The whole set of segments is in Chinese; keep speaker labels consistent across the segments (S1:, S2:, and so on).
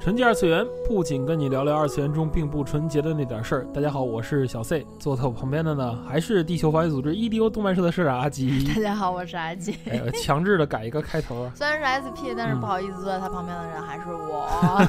S1: 纯洁二次元不仅跟你聊聊二次元中并不纯洁的那点事儿。大家好，我是小 C，坐在我旁边的呢还是地球防卫组织 EDO 动漫社的社长阿吉。
S2: 大家好，我是阿吉。
S1: 哎呀，强制的改一个开头啊！
S2: 虽然是 SP，但是
S1: 嗯
S2: 不好意思，坐在他旁边的人还是 我。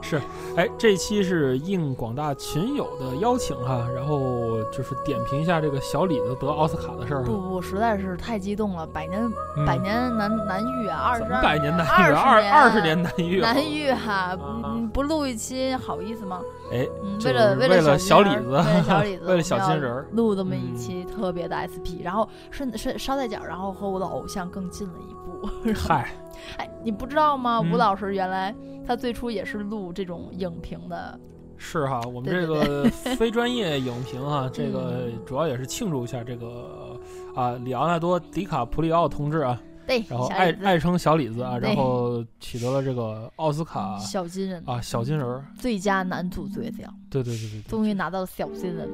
S1: 是，哎，这期是应广大群友的邀请哈，然后就是点评一下这个小李子得奥斯卡的事儿哈。
S2: 不不，实在是太激动了，百年
S1: 嗯
S2: 百年难难遇啊，二十
S1: 怎么
S2: 二
S1: 百年难遇啊？二二十年难遇啊！
S2: 难遇哈，嗯不录一期好意思吗？
S1: 哎，
S2: 嗯，
S1: 就是
S2: 为了
S1: 为
S2: 了
S1: 了小
S2: 金人
S1: 李子
S2: 儿为了小李子，
S1: 为了 小金人儿，嗯
S2: 录这么一期特别的 SP，然后顺顺捎带脚，然后和我的偶像更近了一步。然后
S1: 嗨，
S2: 哎，你不知道吗？
S1: 嗯
S2: 吴老师原来他最初也是录这种影评的，
S1: 是哈，我们
S2: 对
S1: 这
S2: 对
S1: 个非专业影评哈，这个
S2: 嗯
S1: 主要也是庆祝一下这个啊，里昂纳多·迪卡普里奥同志啊，
S2: 对，
S1: 然后
S2: 小
S1: 爱
S2: 李子
S1: 爱称小李子啊，
S2: 对
S1: 然后取得了这个奥斯卡
S2: 小金人
S1: 啊小金人儿，
S2: 最佳男主角奖，
S1: 对对对对对，
S2: 终于拿到了小金人，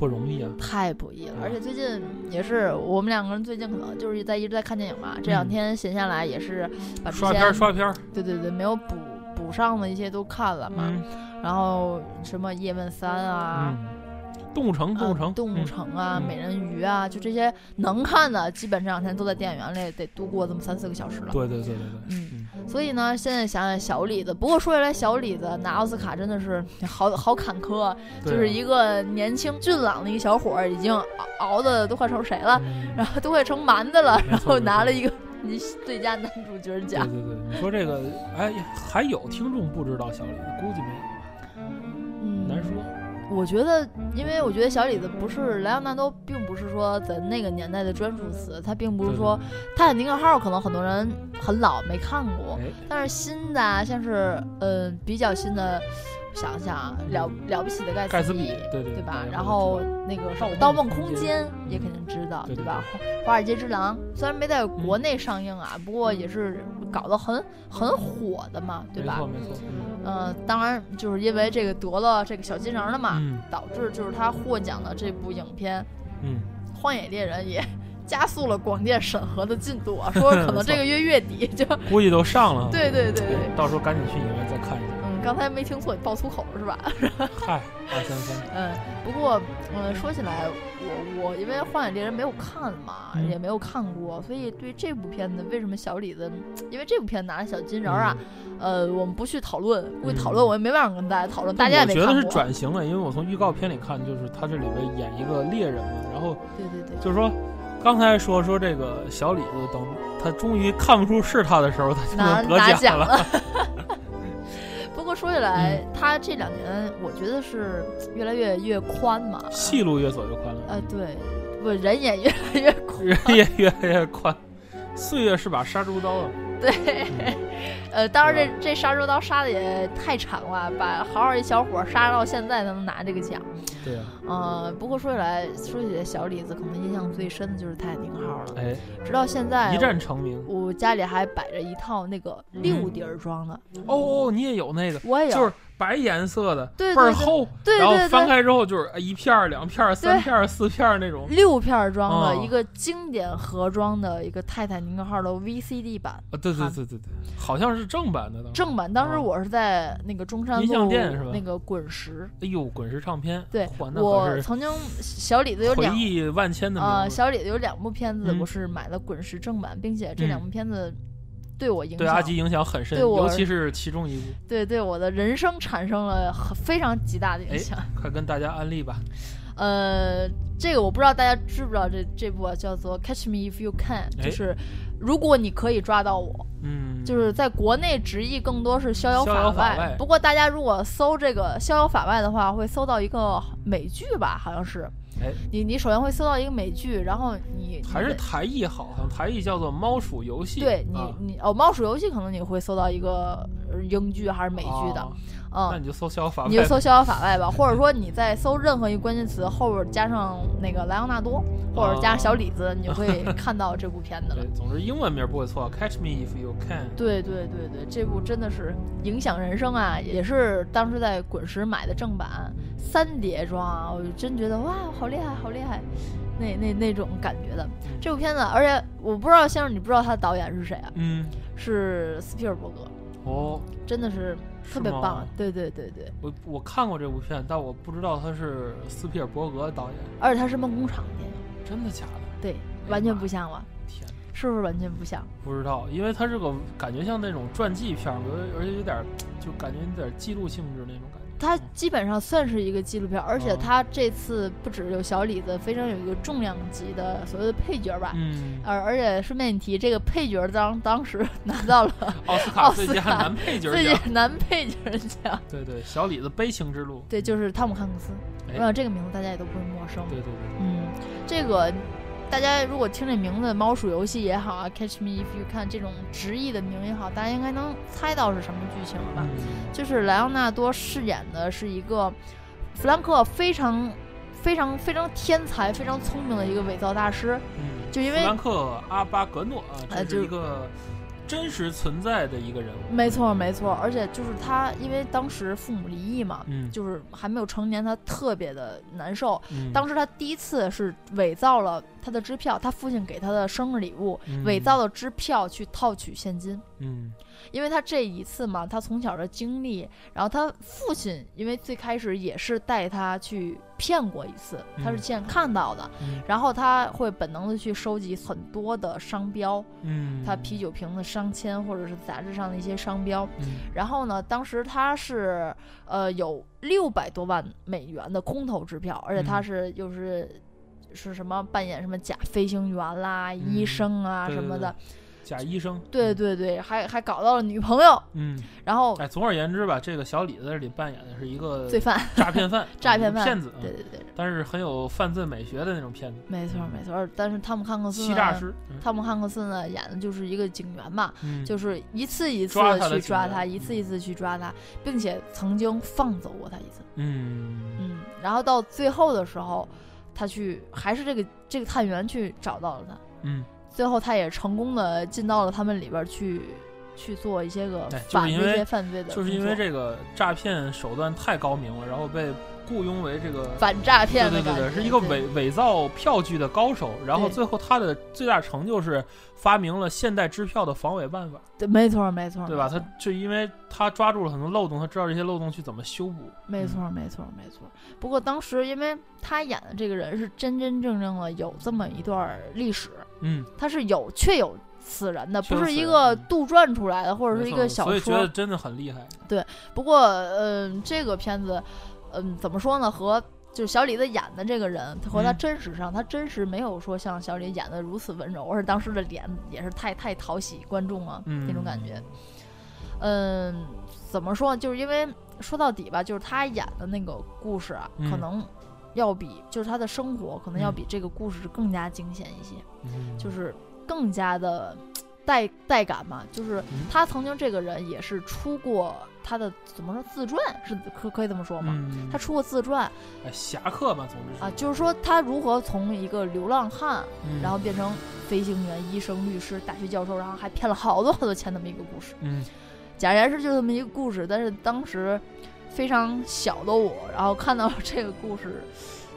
S1: 不容易啊，
S2: 太不易了。
S1: 嗯
S2: 而且最近也是我们两个人最近可能就是在一直在看电影嘛，这两天闲下来也是把之
S1: 嗯刷片
S2: 前
S1: 儿刷片儿，
S2: 对对对没有补补上的一些都看了嘛，
S1: 嗯
S2: 然后什么叶问三啊。
S1: 嗯，动物城
S2: 嗯
S1: 动物城
S2: 动物，城啊，
S1: 嗯
S2: 美人鱼啊，就这些能看的，基本这两天都在电影院里得度过这么三四个小时
S1: 嗯
S2: 了。
S1: 对对对对对，
S2: 嗯，
S1: 嗯，
S2: 所以呢，现在想想小李子，不过说起来，小李子拿奥斯卡真的是 好好坎坷啊，就
S1: 对
S2: 是
S1: 啊
S2: 一个年轻俊朗的一个小伙儿，已经熬熬的都快成谁了，
S1: 嗯
S2: 然后都快成蛮子了，
S1: 没错
S2: 然后拿了
S1: 没
S2: 一个你最佳男主角
S1: 对
S2: 奖。
S1: 对对，你说这个，哎，还有听众不知道小李子，估计没有吧，
S2: 嗯，
S1: 难说。
S2: 我觉得，因为我觉得小李子不是莱昂纳多，并不是说咱那个年代的专属词，他并不
S1: 对对
S2: 是说
S1: 对
S2: 《泰坦尼克号》可能很多人很老没看过，
S1: 哎
S2: 但是新的啊，像是呃比较新的，想想啊了了不起的盖
S1: 盖茨
S2: 茨比
S1: 比，对对
S2: 对
S1: 对
S2: 吧
S1: 大家？
S2: 然
S1: 都
S2: 后
S1: 知
S2: 那个什么《盗
S1: 盗
S2: 梦
S1: 梦
S2: 空
S1: 空间
S2: 间》
S1: 嗯
S2: 也肯定知道，
S1: 对对
S2: 吧？《华尔街之狼》虽然没在国
S1: 嗯
S2: 内上映啊，不过也是搞得很很火的嘛，对吧？
S1: 没错没错，
S2: 嗯，当然就是因为这个得了这个小金人了嘛，
S1: 嗯
S2: 导致就是他获奖的这部影片
S1: 嗯，
S2: 《荒野猎人》也加速了广电审核的进 度啊，说可能这个月月底就。
S1: 嗯估计都上了
S2: 对对对对
S1: 哎，到时候赶紧去影院再看一下。
S2: 嗯，刚才没听错，你爆粗口是吧？
S1: 嗨，二三 三，
S2: 嗯，不过，嗯，说起来，我我因为《荒野猎人》没有看嘛，
S1: 嗯
S2: 也没有看过，所以对这部片子为什么小李子，因为这部片子拿了小金人儿啊，呃，我们不去讨论，估计讨论
S1: 嗯
S2: 我也没办法跟大家讨论，
S1: 嗯，
S2: 大家也没
S1: 我觉
S2: 看
S1: 得
S2: 过。啊
S1: 是转型了，因为我从预告片里看，就是他这里边演一个猎人嘛，然后
S2: 对对对，
S1: 就是说，刚才说说这个小李子，等他终于看不出是他的时候，他就
S2: 拿
S1: 能得
S2: 拿
S1: 奖
S2: 奖了。 不过说起来，
S1: 嗯
S2: 他这两年我觉得是越来越越宽嘛，
S1: 戏路越走越宽了，
S2: 呃，对，不人也越来越宽，
S1: 人也 越来越宽。岁月是把杀猪刀啊，
S2: 对。
S1: 嗯
S2: 呃，当然
S1: 对
S2: 这这杀猪刀杀的也太长了，把好好一小伙儿杀到现在才能拿这个奖。
S1: 对啊呀，
S2: 呃，不过说起来，说起来小李子，可能印象最深的就是《泰坦尼克号》了。
S1: 哎，
S2: 直到现在
S1: 一，战成名。
S2: 我家里还摆着一套那个六底儿装的，
S1: 哦哦，你也有那个，
S2: 我也有。
S1: 就是白颜色的，
S2: 啊对
S1: 倍儿
S2: 对对
S1: 厚，
S2: 对
S1: 然后
S2: 对
S1: 翻
S2: 对，
S1: 开之后就是呃一片儿、两片儿、三片儿、四片儿那种。
S2: 六片儿装的、
S1: 哦
S2: 一个经典盒装的一个《泰坦尼克号》的 VCD 版
S1: 啊，对对对对对，好像是正版的当时。
S2: 正版。当时
S1: 哦
S2: 我是在那个中山路
S1: 音像店是吧
S2: 那个滚石。
S1: 哎呦，滚石唱片，
S2: 对
S1: 嚯，那
S2: 我
S1: 可
S2: 曾经小李子有
S1: 是回
S2: 两
S1: 忆万千的
S2: 呃，
S1: 名字。
S2: 小李子有两部片子，
S1: 嗯
S2: 我是买了滚石正版，并且这
S1: 嗯
S2: 两部片子对我影响，
S1: 对阿吉影响很深，
S2: 对我
S1: 尤其是其中一部，
S2: 对对我的人生产生了很非常极大的影响。
S1: 快跟大家安利吧。
S2: 呃，这个我不知道大家知不知道这这部啊叫做《Catch Me If You Can》，
S1: 哎
S2: 就是如果你可以抓到我，
S1: 嗯，
S2: 就是在国内直译更多是逍遥
S1: 逍遥
S2: 外。
S1: 法外
S2: 不过大家如果搜这个逍遥法外的话，会搜到一个美剧吧，好像是。
S1: 哎
S2: 你你首先会搜到一个美剧，然后你你
S1: 还是
S2: 得
S1: 台译好，好像台译叫做《猫鼠游戏》
S2: 对你、
S1: 啊
S2: 你哦，猫鼠游戏可能你会搜到一个呃英剧还是美剧的
S1: 哦，那
S2: 嗯。
S1: 你就搜消法，
S2: 你就搜《逍遥法外》吧，或者说你在搜任何一个关键词后边加上那个莱昂纳多，或者加上
S1: 哦
S2: 小李子，你 就会看到这部片子了
S1: 对。，总之英文名不会错，Catch Me If You Can。
S2: 对对对对，这部真的是影响人生啊！也是当时在滚石买的正版三碟装啊，我就真觉得哇，好厉害，好厉害，那那那种感觉的这部片子，而且我不知道先生，你不知道他的导演是谁啊？
S1: 嗯，
S2: 是斯皮尔伯格，
S1: 哦，
S2: 真的是特别
S1: 是吗
S2: 棒。对对对对，
S1: 我我看过这部片，但我不知道他是斯皮尔伯格导演，
S2: 而且他是梦工厂的电影，
S1: 真的假的？
S2: 对，
S1: 哎
S2: 完全
S1: 妈
S2: 不像吧？
S1: 天哪，
S2: 是不是完全不像？
S1: 不知道，因为他这个感觉像那种传记片儿，我觉得而且有点儿就感觉有点儿记录性质那种感觉。
S2: 它
S1: 嗯
S2: 基本上算是一个纪录片，而且
S1: 嗯
S2: 它这次不只有小李子，非常有一个重量级的所谓的配角吧，
S1: 嗯，
S2: 而而且顺便一提，这个配角当当时 拿到了
S1: 奥斯
S2: 奥
S1: 卡
S2: 斯
S1: 最佳
S2: 卡
S1: 男配角
S2: 最
S1: 奖，
S2: 佳男配角奖，
S1: 对对，小李子悲情之路，
S2: 对，就是汤姆汉克斯。我
S1: 哎
S2: 想这个名字大家也都不会陌生。
S1: 对对对，
S2: 嗯，这个大家如果听这名字《猫鼠游戏》也好啊，《Catch Me If You Can》这种直译的名也好，大家应该能猜到是什么剧情了吧？
S1: 嗯
S2: 就是莱昂纳多饰演的是一个弗兰克非常。非常非常天才、非常聪明的一个伪造大师，
S1: 嗯，
S2: 就因为
S1: 弗兰克·阿巴格诺啊，这
S2: 呃就是
S1: 一个真实存在的一个人物，
S2: 没错没错，而且就是他，因为当时父母离异嘛，
S1: 嗯，
S2: 就是还没有成年，他特别的难受。
S1: 嗯
S2: 当时他第一次是伪造了他的支票，他父亲给他的生日礼物，
S1: 嗯
S2: 伪造了支票去套取现金。
S1: 嗯
S2: 因为他这一次嘛，他从小的经历，然后他父亲因为最开始也是带他去骗过一次，他是
S1: 嗯
S2: 见看到的，
S1: 嗯
S2: 然后他会本能的去收集很多的商标，
S1: 嗯，
S2: 他啤酒瓶的商签或者是杂志上的一些商标，
S1: 嗯
S2: 然后呢，当时他是呃有六百多万美元的空头支票，而且他
S1: 嗯
S2: 是又是、是什么扮演什么假飞行员啦、医
S1: 嗯
S2: 生啊
S1: 对
S2: 什
S1: 对
S2: 么
S1: 对
S2: 的，
S1: 假医生，
S2: 对对对，还还搞到了女朋友，
S1: 嗯，
S2: 然后
S1: 哎，总而言之吧，这个小李子在这里扮演的是一个
S2: 罪犯，，
S1: 诈骗犯 嗯
S2: 诈骗犯，
S1: 骗子，
S2: 对对对，
S1: 但是很有犯罪美学的那种骗子，
S2: 没错没错。而但是汤姆汉克斯
S1: 欺诈
S2: 呢，
S1: 师，嗯
S2: 汤姆汉克斯呢演的就是一个警员嘛，
S1: 嗯，
S2: 就是一次一次
S1: 抓他的
S2: 去
S1: 警
S2: 抓
S1: 员嗯
S2: 他，一次一次去抓他，并且曾经放走过他一次。
S1: 嗯
S2: 嗯，然后到最后的时候，他去还是这个这个探员去找到了他，
S1: 嗯，
S2: 最后他也成功的进到了他们里边儿去去做一些个
S1: 哎就是
S2: 反
S1: 因
S2: 这
S1: 为
S2: 些犯罪的工作，
S1: 就是因为这个诈骗手段太高明了，然后被雇佣为这个
S2: 反诈骗的
S1: 对对
S2: 感
S1: 对对，
S2: 觉，
S1: 是一个
S2: 对
S1: 伪伪造票据的高手。然后
S2: 对
S1: 最后他的最大成就是发明了现代支票的防伪办法，
S2: 对，没错没错，
S1: 对吧？
S2: 没
S1: 他
S2: 错
S1: 就因为他抓住了很多漏洞，他知道这些漏洞去怎么修补。
S2: 没
S1: 嗯
S2: 错没错没错。不过当时因为他演的这个人是真真正正的有这么一段儿历史，
S1: 嗯，
S2: 他是有确有此人的，
S1: 确
S2: 不
S1: 有
S2: 是
S1: 此
S2: 一
S1: 人
S2: 个
S1: 嗯
S2: 杜撰出来的，或者
S1: 没
S2: 是一
S1: 错
S2: 个小
S1: 所以觉
S2: 说
S1: 得真的很厉害。
S2: 不过，嗯、这个片子，嗯，怎么说呢？和就是小李子演的这个人和他
S1: 嗯
S2: 真实上，他真实没有说像小李演的如此温柔，而是当时的脸也是太太讨喜观众啊、
S1: 嗯，
S2: 那种感觉。嗯，怎么说呢？就是因为说到底吧，就是他演的那个故事啊，可
S1: 嗯
S2: 能要比就是他的生活可能要
S1: 嗯
S2: 比这个故事更加惊险一些。
S1: 嗯，
S2: 就是更加的带带感嘛。就是
S1: 嗯
S2: 他曾经这个人也是出过他的怎么说自传是可可以这么说吗？
S1: 嗯，
S2: 他出过自传
S1: 哎侠客嘛，总之是
S2: 啊，，就是说他如何从一个流浪汉，
S1: 嗯
S2: 然后变成飞行员、医生、律师、大学教授，然后还骗了好多好多钱那么一个故事。
S1: 嗯，
S2: 假然是就这么一个故事，但是当时非常小的我，然后看到这个故事，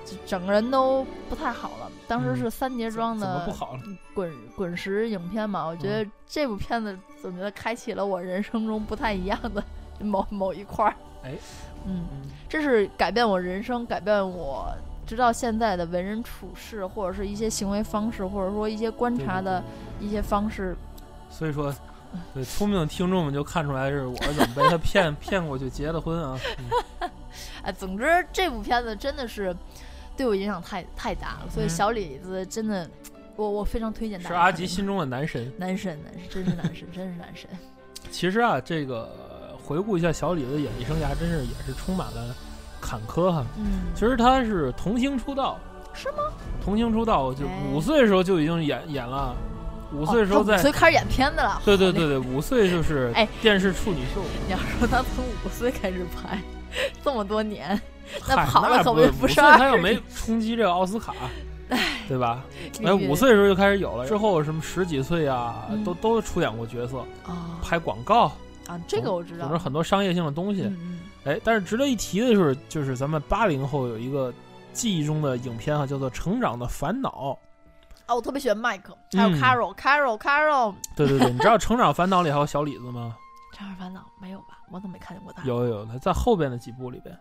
S2: 就整个人都不太好了。当时
S1: 嗯
S2: 是三叠
S1: 怎
S2: 庄
S1: 怎
S2: 的嗯
S1: 么不好了？嗯
S2: 滚滚石影片嘛，我觉得这部片子总觉得开启了我人生中不太一样的某某一块儿。
S1: 哎，
S2: 嗯，
S1: 嗯
S2: 这是改变我人生，改变我直到现在的为人处事，或者是一些行为方式，或者说一些观察的一些方式。
S1: 所以说，对聪明的听众们就看出来是我是怎么被他骗 骗过去结的婚啊。嗯
S2: 哎，总之这部片子真的是对我影响太太大了，所以
S1: 嗯
S2: 小李子真的我我非常推荐大家
S1: 是
S2: 看。
S1: 阿吉心中的男神。
S2: 男神，男神，真是男神，真是男神。
S1: 其实啊，这个呃回顾一下小李子的演艺生涯，真是也是充满了坎坷哈。
S2: 嗯，
S1: 其实他是童星出道，
S2: 是
S1: 吗？童星出道就
S2: 哎
S1: 五岁的时候就已经演演了，五
S2: 五
S1: 岁的时候在、
S2: 五岁开始演片子了。
S1: 对对
S2: 好厉
S1: 对
S2: 害，
S1: 对，五岁就是
S2: 哎
S1: 电视处女秀，
S2: 你要说他从五岁开始拍，这么多年，那
S1: 嗨，
S2: 跑了
S1: 那
S2: 可
S1: 不
S2: 不也
S1: 是
S2: 不
S1: 五
S2: 是
S1: 岁
S2: 二
S1: 他又没冲击这个奥斯卡，对吧？ 哎，
S2: 你
S1: 五岁的时候就开始有了，之后什么十几岁啊，
S2: 嗯
S1: 都都出演过角色，
S2: 啊
S1: 拍广告，
S2: 啊，这个我知道
S1: 总之。很多商业性的东西。
S2: 嗯
S1: 哎，但是值得一提的是，就是咱们八零后有一个记忆中的影片啊，叫做《成长的烦恼
S2: 嗯，啊，我特别喜欢麦克，还有
S1: 嗯
S2: Carol，Carol，Carol，》。
S1: 对对对，你知道《成长烦恼》里还有小李子吗？
S2: 《正儿烦恼》没有吧？我怎么没看见过他？，
S1: 有有有，他在后边的几部里边。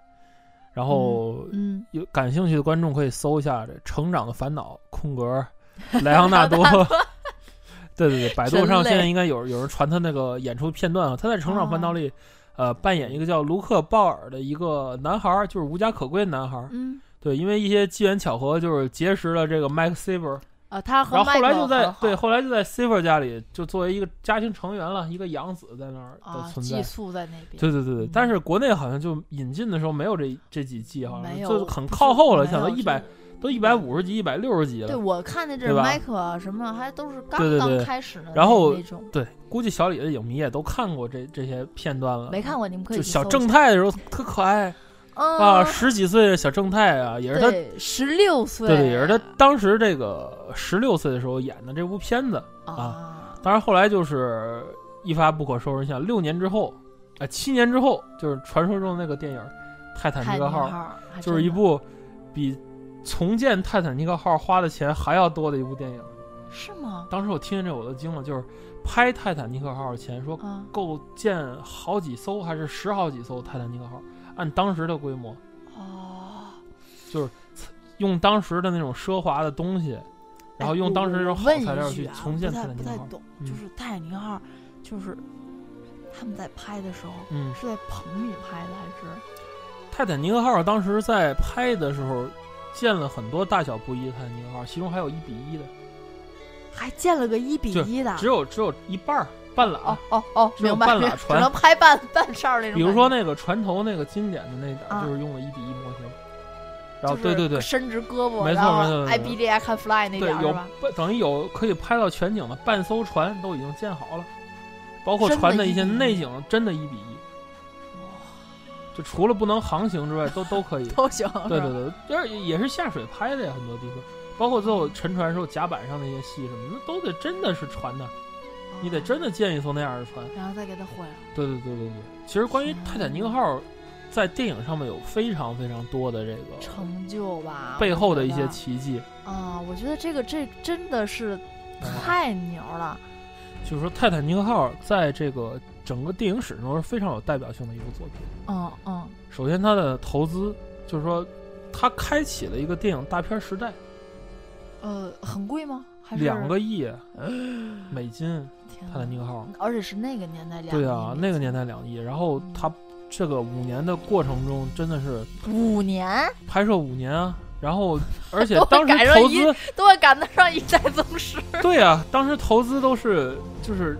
S1: 然后
S2: 嗯，
S1: 有感兴趣的观众可以搜一下这《成长的烦恼》空 格莱昂纳多。 对对对，百度上
S2: 人类
S1: 现在应该有有人传他那个演出片段啊，他在《成长烦恼》
S2: 哦
S1: 里，呃，扮演一个叫卢克鲍尔的一个男孩儿，就是无家可归的男孩儿。
S2: 嗯，
S1: 对，因为一些机缘巧合，就是结识了这个 Mike Saver，
S2: 啊，他和
S1: 然后
S2: 麦
S1: 后
S2: 克
S1: 来就在
S2: 很好
S1: 对，后来就在 Saver 家里，就作为一个家庭成员了，一个养子在那儿的
S2: 啊
S1: 存在
S2: 寄。宿在那边，
S1: 对对对对
S2: 嗯，
S1: 但是国内好像就引进的时候没有这这几季，好像
S2: 没有，
S1: 就很
S2: 不是
S1: 靠后了，
S2: 没
S1: 想到
S2: 有
S1: 一百
S2: 这
S1: 都一百五十集、一百六十集
S2: 对
S1: 了。
S2: 我看的这
S1: 对吧
S2: 麦克啊什么还都是刚
S1: 对对对
S2: 刚开始呢，
S1: 然后
S2: 那种
S1: 对，估计小李的影迷也都看过这这些片段了。
S2: 没看过，你们可以
S1: 就
S2: 去
S1: 小
S2: 搜一
S1: 正
S2: 下
S1: 太的时候特可爱
S2: 嗯
S1: 啊，十几岁的小正太啊，也是他，
S2: 对十六岁，
S1: 对，也是他当时这个十六岁的时候演的这部片子。
S2: 啊，
S1: 当然后来就是一发不可收拾，像六年之后，啊、七年之后，就是传说中的那个电影《泰坦尼克号》，
S2: 号还
S1: 就是一
S2: 真的
S1: 部比重建泰坦尼克号花的钱还要多的一部电影。
S2: 是吗？
S1: 当时我听见这我都惊了，就是拍泰坦尼克号前说
S2: 啊，
S1: 构建好几艘还是十好几艘泰坦尼克号，按当时的规模，
S2: 哦，
S1: 用当时的那种奢华的东西，然后
S2: 哎
S1: 用当时那种
S2: 我
S1: 好
S2: 问
S1: 材料
S2: 一句
S1: 去
S2: 啊
S1: 重建
S2: 不
S1: 泰
S2: 太
S1: 坦尼
S2: 不
S1: 克
S2: 太
S1: 号。
S2: 懂，
S1: 嗯
S2: 就是泰坦尼克号，就是他们在拍的时候
S1: 嗯，
S2: 是在棚里拍的还是
S1: 泰坦尼克号当时在拍的时候，建了很多大小不一的泰坦尼克号，其中还有一比一的，
S2: 还建了个一比
S1: 就
S2: 一的？
S1: 只有只有一半儿半拉。
S2: 哦哦哦，
S1: 只有
S2: 明白，
S1: 半
S2: 明
S1: 拉
S2: 白只
S1: 船
S2: 能拍半半哨那种感觉。
S1: 比如说那个船头那个经典的那点儿，
S2: 啊
S1: 就是用了一比一模型。然后
S2: 就
S1: 哦
S2: 是
S1: 对对对
S2: 伸直胳膊，
S1: 没错
S2: 然后
S1: 没错没错
S2: ，I B J I can fly 那
S1: 对
S2: 点，儿
S1: 有
S2: 是吧？
S1: 半等于有可以拍到全景的半艘船都已经建好了，包括
S2: 真的
S1: 船的
S2: 一
S1: 一些
S2: 比一
S1: 内景真的一比一，就除了不能航行之外，都都可以。
S2: 哦都行，
S1: 对
S2: 是吧
S1: 对对，就是也是下水拍的呀，很多地方，包括最后沉船时候甲板上那些戏什么的，都得真的是船呐。你得真，的建一艘那样的船。
S2: 啊哦然后再给它毁了。
S1: 对对对对对。其实关于泰坦尼克号，在电影上面有非常非常多的这个
S2: 成就吧，
S1: 背后的一
S2: 我觉
S1: 些
S2: 得
S1: 奇迹。
S2: 啊，我觉得这个这真的是
S1: 哎
S2: 太牛了，
S1: 就是说，泰坦尼克号在这个整个电影史中是非常有代表性的一部作品。
S2: 嗯嗯
S1: 首先，它的投资就是说，它开启了一个电影大片时代，
S2: 呃，很贵吗？还是
S1: 两个亿美金，
S2: 天
S1: 泰坦尼
S2: 哪，
S1: 克号。
S2: 而且是那个年代两
S1: 对啊，那个年代两亿，然后它这个五年的过程中，真的是
S2: 五年
S1: 拍摄五年啊，然后而且
S2: 都
S1: 当
S2: 赶
S1: 时
S2: 上
S1: 投
S2: 一
S1: 资
S2: 都会赶得上一代宗 师，
S1: 对啊，当时投资都是就是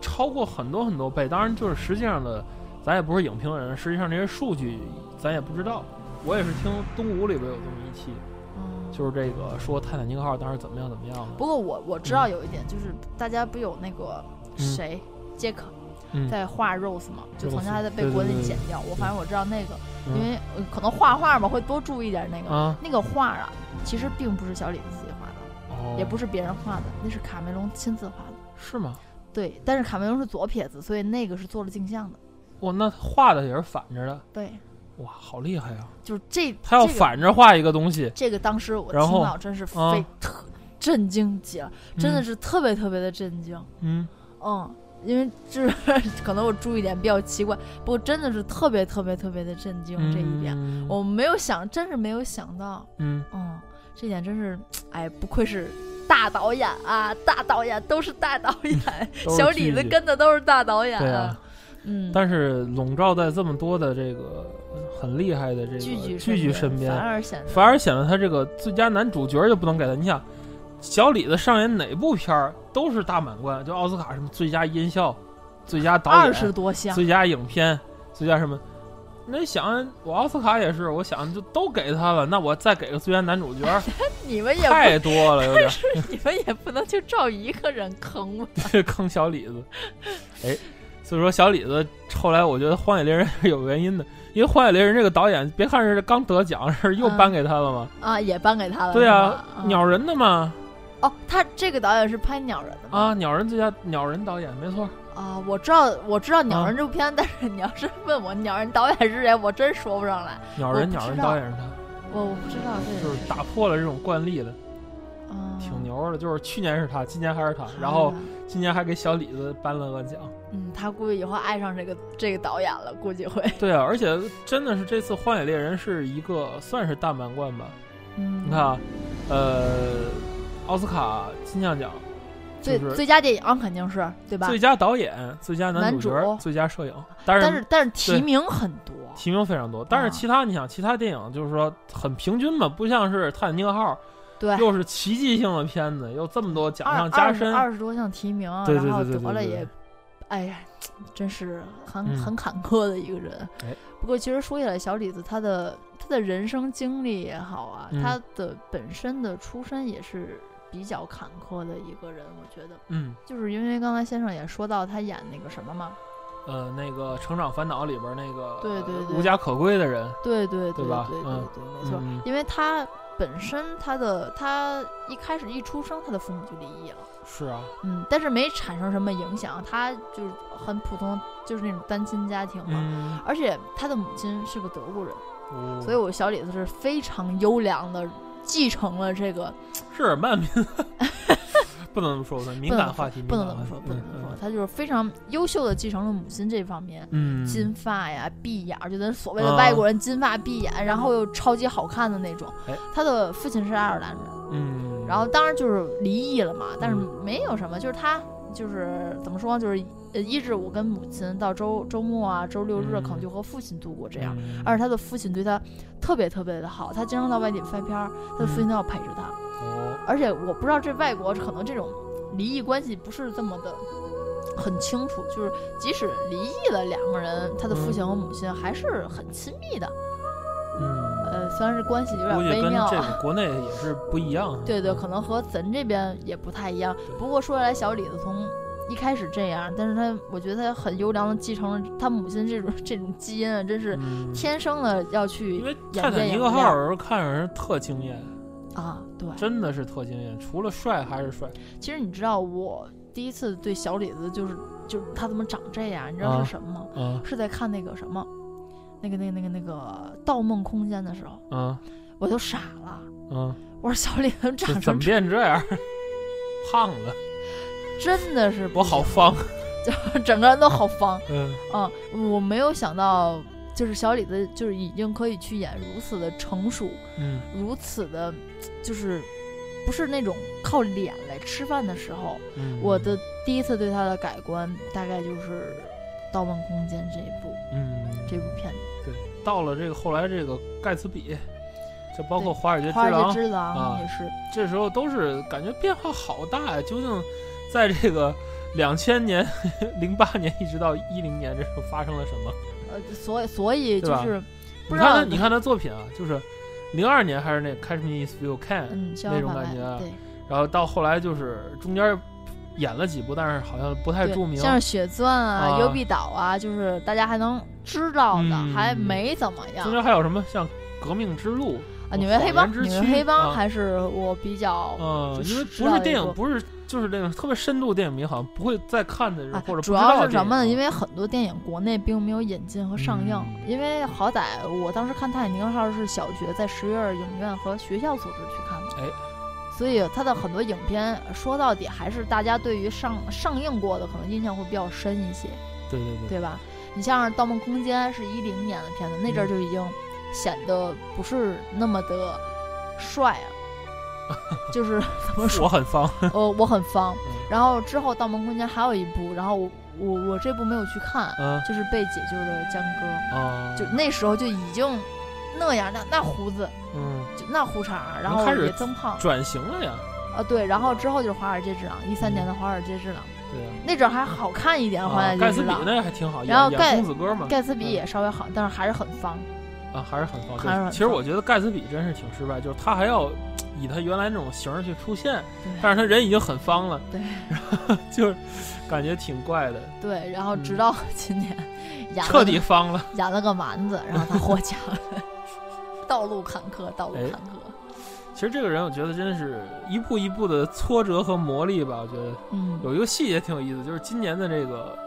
S1: 超过很多很多倍，当然就是实际上的，咱也不是影评人，实际上这些数据咱也不知道。我也是听东吴里边有这么一期，
S2: 嗯
S1: 就是这个说泰坦尼克号当时怎么样怎么样的，
S2: 不过我我知道有一点，就是大家不有那个
S1: 嗯
S2: 谁杰克
S1: 嗯，
S2: 在画 Rose 嘛，就
S1: Rose，
S2: 曾经还在被
S1: 对对
S2: 国内
S1: 对对
S2: 剪掉。我反正我知道那个，
S1: 嗯
S2: 因为呃可能画画嘛，会多注意点那个。
S1: 啊，
S2: 那个画啊，其实并不是小李子自己画的，
S1: 哦
S2: 也不是别人画的，那是卡梅隆亲自画的。
S1: 是吗？
S2: 对，但是卡梅隆是左撇子，所以那个是做了镜像的。
S1: 哇，那画的也是反着的，
S2: 对，
S1: 哇，好厉害啊！
S2: 就是这
S1: 他要
S2: 这个
S1: 反着画一个东西，
S2: 这个当时我听
S1: 然后
S2: 到真是
S1: 啊
S2: 非特震惊极了，真的
S1: 嗯
S2: 是特别特别的震惊。
S1: 嗯
S2: 嗯，因为就是 可能我注意点比较奇怪，不过真的是特别特别特别的震惊这一点，哦
S1: 嗯
S2: 我没有想，真是没有想到，
S1: 嗯
S2: 嗯，这点真是，哎，不愧是大导演啊，大导演都是大导演，
S1: 都是
S2: 小李
S1: 巨
S2: 子
S1: 星
S2: 跟的都是大导演，
S1: 对啊，
S2: 嗯，
S1: 但是笼罩在这么多的这个很厉害的这个
S2: 聚
S1: 聚
S2: 聚
S1: 呃聚身边
S2: 反，而显得
S1: 反而显得他这个最佳男主角就不能给他。你想，小李子上演哪部片儿都是大满贯，就奥斯卡什么最佳音效、最佳导
S2: 二
S1: 演、
S2: 十多项，
S1: 最佳影片、最佳什么。那你想，我奥斯卡也是，我想就都给他了，那我再给个最佳男主角，
S2: 你们 也 不
S1: 太多了，有点。
S2: 你们也不能就照一个人坑吧？
S1: 坑小李子。哎，所以说小李子后来我觉得《荒野猎人》是有原因的，因为《荒野猎人》这个导演，别看是刚得奖，是又颁给他了嘛。
S2: 啊，也颁给他了。
S1: 对
S2: 是
S1: 啊
S2: 吧，
S1: 鸟人的嘛
S2: 哦，他这个导演是拍《鸟人》的吗？
S1: 啊，鸟人最佳鸟人导演，没错。
S2: 啊，我知道，我知道《鸟人》这部片，但是你要是问我《鸟人》导演是谁，我真说不上来。
S1: 鸟
S2: 我
S1: 人，
S2: 不
S1: 鸟人
S2: 知道嗯
S1: 导演是他，
S2: 我我不知道这
S1: 就是打破了这种惯例的，
S2: 啊，
S1: 挺牛的。就是去年是他，今年还是他
S2: 好的，
S1: 然后今年还给小李子颁了个奖。
S2: 嗯，他估计以后爱上这个这个导演了，估计会。
S1: 对啊，而且真的是这次《荒野猎人》是一个算是大满贯吧。
S2: 嗯，
S1: 你看，啊，呃，奥斯卡金像奖，
S2: 最
S1: 就是
S2: 最佳电影肯定是对吧？
S1: 最佳导演、最佳男主角、
S2: 男主
S1: 最佳摄影，当
S2: 但
S1: 然
S2: 是啊但是提
S1: 对
S2: 名很多，
S1: 提名非常多。但是其他、你想，其他电影就是说很平均嘛，不像是《泰坦尼克号
S2: 对》，，
S1: 又是奇迹性的片子，又这么多奖
S2: 二
S1: 项加
S2: 二十
S1: 身，
S2: 二十多项提名，啊
S1: 对
S2: 然
S1: 对
S2: 后
S1: 对对
S2: 得
S1: 对
S2: 了
S1: 对
S2: 也，哎呀，真是很
S1: 嗯
S2: 很坎坷的一个人
S1: 哎。
S2: 不过其实说起来，小李子他的他的人生经历也好啊，
S1: 嗯
S2: 他的本身的出身也是比较坎坷的一个人，我觉得，
S1: 嗯
S2: 就是因为刚才先生也说到他演那个什么嘛，
S1: 呃，那个《成长烦恼》里边那个
S2: 对对对
S1: 无家可归的人，
S2: 对对
S1: 对
S2: 对
S1: 吧
S2: 对
S1: 嗯
S2: 对，没错，
S1: 嗯
S2: 因为他本身他的他一开始一出生他的父母就离异了。
S1: 是啊，
S2: 嗯，但是没产生什么影响，他就是很普通，就是那种单亲家庭嘛。
S1: 嗯，
S2: 而且他的母亲是个德国人，
S1: 哦
S2: 所以我小李子是非常优良的，继承了这个
S1: 是慢 民，不能这么说，不能敏感话题，
S2: 不能
S1: 敏
S2: 这
S1: 感
S2: 么说，
S1: 话题
S2: 不能这么说
S1: 嗯，
S2: 他就是非常优秀的继承了母亲这方面，
S1: 嗯，
S2: 金发呀、碧眼儿，就咱所谓的
S1: 啊
S2: 外国人金发碧眼，然后又超级好看的那种
S1: 哎。
S2: 他的父亲是爱尔兰人，
S1: 嗯，
S2: 然后当然就是离异了嘛，但是
S1: 嗯
S2: 没有什么，就是他就是怎么说，就是呃医治我跟母亲到周周末啊、周六日
S1: 嗯
S2: 可能就和父亲度过这
S1: 这
S2: 样。，而且他的父亲对他特别特别的好，他经常到外地拍片儿，他的
S1: 嗯
S2: 父亲都要陪着他。
S1: 哦，
S2: 而且我不知道这外国可能这种离异关系不是这么的很清楚，就是即使离异了，两个人他的父亲和母亲还是很亲密的。
S1: 嗯。
S2: 呃，虽然是关系有点
S1: 估计
S2: 微
S1: 跟
S2: 妙
S1: 这
S2: 啊。
S1: 个国内也是不一样。
S2: 对对，
S1: 嗯
S2: 可能和咱这边也不太一样
S1: 对。
S2: 不过说来，小李子从一开始这样，但是他我觉得他很优良的继承了他母亲这种这种基因啊，真是
S1: 嗯
S2: 天生的要去
S1: 因为泰
S2: 演
S1: 坦
S2: 变
S1: 尼
S2: 演
S1: 克号
S2: 变
S1: 有时候看着人特惊艳，
S2: 啊。对，
S1: 真的是特惊艳，除了帅还是帅。
S2: 其实你知道我第一次对小李子就是就是他怎么长这样，你知道
S1: 啊
S2: 是什么吗？
S1: 嗯
S2: 是在看那个什么，那个那个那个那个《盗梦空间》的时候，
S1: 嗯
S2: 我都傻了。
S1: 嗯，
S2: 我说小李子
S1: 这
S2: 长
S1: 怎
S2: 成
S1: 么
S2: 这
S1: 变这样？胖了，
S2: 真的是不
S1: 我好
S2: 行，
S1: 方。
S2: 整个人都好方。
S1: 嗯
S2: 啊，我没有想到，就是小李子就是已经可以去演如此的成熟，
S1: 嗯
S2: 如此的，就是不是那种靠脸来吃饭的时候。
S1: 嗯，
S2: 我的第一次对他的改观，大概就是《盗梦空间》这一部
S1: 嗯，
S2: 这部片子，
S1: 到了这个后来这个盖茨比，这包括
S2: 对
S1: 华尔街
S2: 《
S1: 之
S2: 华尔
S1: 呃狼
S2: 街，之狼
S1: 啊》
S2: 也是，
S1: 这时候都是感觉变化好大呀。究竟在这个 两千年、零八年一直到一零年，这时候发生了什么？
S2: 呃，所以所以
S1: 对
S2: 就
S1: 吧
S2: 是
S1: 你
S2: 不知
S1: 看
S2: 道
S1: 他，，你看他作品啊，就是零二年还是那《Catch Me If You Can》，
S2: 嗯，逍
S1: 那
S2: 遥
S1: 种
S2: 法
S1: 感
S2: 外
S1: 觉啊，
S2: 对
S1: 然后到后来就是中间演了几部，但是好像不太
S2: 对
S1: 著名。
S2: 像是血钻啊、
S1: 啊
S2: 幽闭岛啊，就是大家还能知道的，
S1: 嗯
S2: 还没怎么样
S1: 中。间还有什么像《革命之路》
S2: 啊，纽约黑帮，
S1: 哦谎言之
S2: 纽约
S1: 躯
S2: 黑帮
S1: 啊
S2: 还是我比较
S1: 嗯，
S2: 哦就
S1: 因为
S2: 是知
S1: 不
S2: 道
S1: 是
S2: 一
S1: 电
S2: 个
S1: 影，不是就是那种特别深度的电影迷，好像不会再看的人、
S2: 啊
S1: 或者，
S2: 主要是什么呢？因
S1: 为
S2: 为很多电影国内并没有引进和上映，
S1: 啊嗯
S2: 因为好歹我当时看《泰坦尼克号》是小学在十月影院和学校组织去看的，
S1: 哎，
S2: 所以它的很多影片说到底还是大家对于上上映过的可能印象会比较深一些，
S1: 对对对，
S2: 对吧？你像《盗梦空间》是一零年的片子，那
S1: 嗯
S2: 阵儿就已经显得不是那么的帅了， 就是怎么说
S1: 我很方。
S2: 呃，我很方
S1: 嗯。
S2: 然后之后《盗梦空间》还有一部，然后我我我这部没有去看，
S1: 嗯
S2: 就是被解救的江歌，
S1: 啊，
S2: 就那时候就已经那样，那那胡子，
S1: 嗯
S2: 就那胡茬儿，然后
S1: 开始
S2: 也增胖
S1: 转型了呀。
S2: 呃，对，然后之后就是《华尔街之狼》，一三年的《华尔街之狼》，
S1: 对啊
S2: 那阵儿还好看一点，《华
S1: 嗯啊
S2: 尔
S1: 盖
S2: 街
S1: 茨
S2: 之
S1: 比嗯
S2: 狼》
S1: 那还挺好，演
S2: 然后
S1: 演
S2: 盖
S1: 公子哥嘛，
S2: 盖茨比也稍微好，但是还是很方。
S1: 啊，还是很高
S2: 还是
S1: 兴。
S2: 很
S1: 其实我觉得盖茨比真是挺失败，就是他还要以他原来那种形儿去出现，但是他人已经很方了，
S2: 对，
S1: 然后 就是感觉挺怪的，
S2: 对，然后直
S1: 嗯
S2: 到 今年演了
S1: 彻
S2: 个
S1: 底方了。
S2: 演了个蛮子，然后他获奖了。 道路坎坷，道路
S1: 哎
S2: 坎坷。
S1: 其实这个人，我觉得真是一步一步的挫折和磨砺吧。我觉得
S2: 嗯，
S1: 有一个细节挺有意思，就是今年的这个。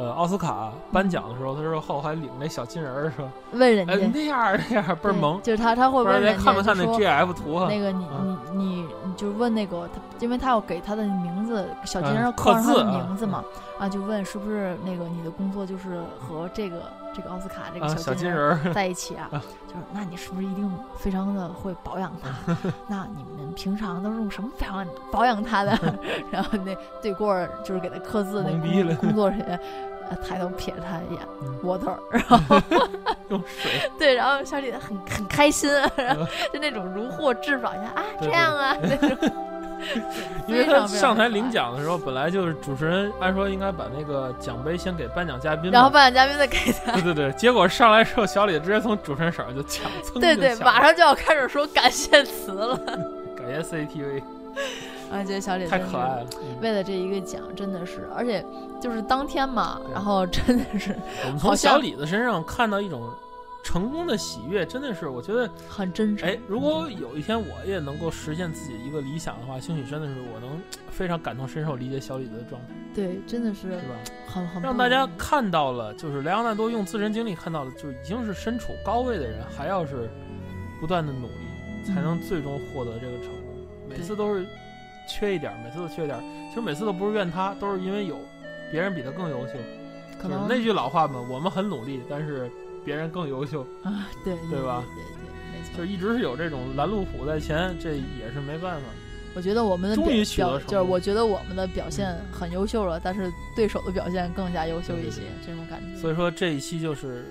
S1: 呃，奥斯卡颁奖的时候，他说后还领那小金人儿是吧？
S2: 问人家
S1: 哎，那样儿那样儿倍儿
S2: 对
S1: 萌，
S2: 就是他他会
S1: 不知道
S2: 问
S1: 家
S2: 人家
S1: 看没看那
S2: 就说
S1: GF 图啊？
S2: 那个你
S1: 嗯
S2: 你你你就问那个他，因为他要给他的名字小金
S1: 嗯
S2: 人
S1: 刻
S2: 刻上他
S1: 字
S2: 的
S1: 啊
S2: 名字嘛，啊就问是不是那个你的工作就是和这个这个奥斯卡这个
S1: 啊，
S2: 小
S1: 小金
S2: 金
S1: 人
S2: 人
S1: 儿，
S2: 在一起啊，就是那你是不是一定非常的会保养它？ 那你们平常都是用什么保养保养它的？ 然后那对过儿就是给他刻字那
S1: 懵逼了
S2: 工工作人员。呃抬头瞥了他一眼
S1: 嗯，
S2: 我的儿，然后
S1: 用水
S2: 对，然后小李很很开心，啊然后就那种如获至宝一样啊，
S1: 嗯对
S2: 这
S1: 对
S2: 样啊，那种
S1: 因为
S2: 非
S1: 他
S2: 常非常
S1: 上台
S2: 可爱
S1: 领奖的时候，本来就是主持人，按说应该把那个奖杯先给颁奖嘉宾嘛，
S2: 然后颁奖嘉宾再给他，
S1: 对对对，结果上来之后，小李直接从主持人手上就抢，蹭
S2: 对
S1: 就
S2: 对，
S1: 抢
S2: 马上就要开始说感谢词了，
S1: 感谢 CCTV，
S2: 啊，觉得小李
S1: 太
S2: 真是
S1: 可爱了。嗯
S2: 为了这一个奖，真的是，而且就是当天嘛，
S1: 对
S2: 然后真的是
S1: 我们
S2: 好
S1: 从
S2: 像
S1: 小李子身上看到一种成功的喜悦，真的是我觉得，
S2: 很真诚。
S1: 哎，如果有一天我也能够实现自己一个理想的话，兴许真的是我能非常感同身受理解小李子的状态，
S2: 对，真的是
S1: 是吧？
S2: 很很
S1: 让
S2: 不
S1: 大家
S2: 容易
S1: 看到了，就是莱昂纳多用自身经历看到了，就是已经是身处高位的人，还要是不断的努力，
S2: 嗯
S1: 才能最终获得这个成功。每次都是缺一点儿，每次都缺一点儿，其实每次都不是怨他，都是因为有别人比他更优秀。
S2: 可
S1: 就是
S2: 能
S1: 那句老话嘛，我们很努力，但是别人更优秀，
S2: 啊，对
S1: 对吧
S2: 对对对，没
S1: 就
S2: 错。
S1: 一直是有这种拦路虎在前，这也是没办法。
S2: 我觉得我们的
S1: 终
S2: 表
S1: 于取得
S2: 表
S1: 成
S2: 就是
S1: 功嗯
S2: 我觉得我们的表现很优秀了，但是对手的表现更加优秀
S1: 对对
S2: 一些，这种感觉。
S1: 所以说这一期就是，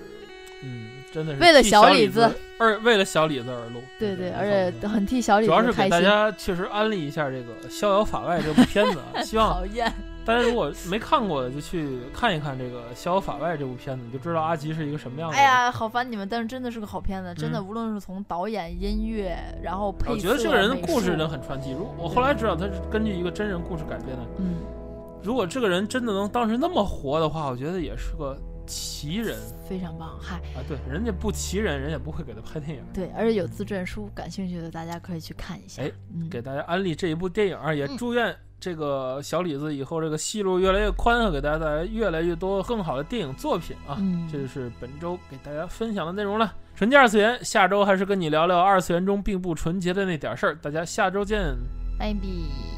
S1: 嗯，真的是
S2: 为了
S1: 替
S2: 小
S1: 李
S2: 李子
S1: 而为了小李子而录，
S2: 对对，
S1: 没
S2: 而
S1: 错没错
S2: 且很替小李
S1: 主要是
S2: 子
S1: 给
S2: 开
S1: 大
S2: 心。
S1: 家确实安利一下这个《逍遥法外》这部片子， 啊，希望
S2: 讨厌，
S1: 大家如果没看过的，就去看一看这个《逍遥法外》这部片子，你就知道阿吉是一个什么样的
S2: 哎
S1: 人。
S2: 呀，好烦你们！但是真的是个好片子，真的，
S1: 嗯
S2: 无论是从导演、音乐，然后配
S1: 我觉得
S2: 色
S1: 这个人的
S2: 美
S1: 故事
S2: 术
S1: 呢很传奇。如我后来知道他是根据一个真人故事改编的。
S2: 嗯，
S1: 如果这个人真的能当时那么活的话，我觉得也是个奇人
S2: 非常棒。嗨，
S1: 啊！对，人家不奇人，人也不会给他拍电影。
S2: 对，而且有自证书，感兴趣的大家可以去看一下。
S1: 哎
S2: 嗯，
S1: 给大家安利这一部电影啊，也
S2: 嗯
S1: 祝愿这个小李子以后这个戏路越来越宽啊，给大家带来越来越多更好的电影作品啊。
S2: 嗯
S1: 这就是本周给大家分享的内容了。纯洁二次元，下周还是跟你聊聊二次元中并不纯洁的那点事儿。大家下周见。
S2: ，maybe。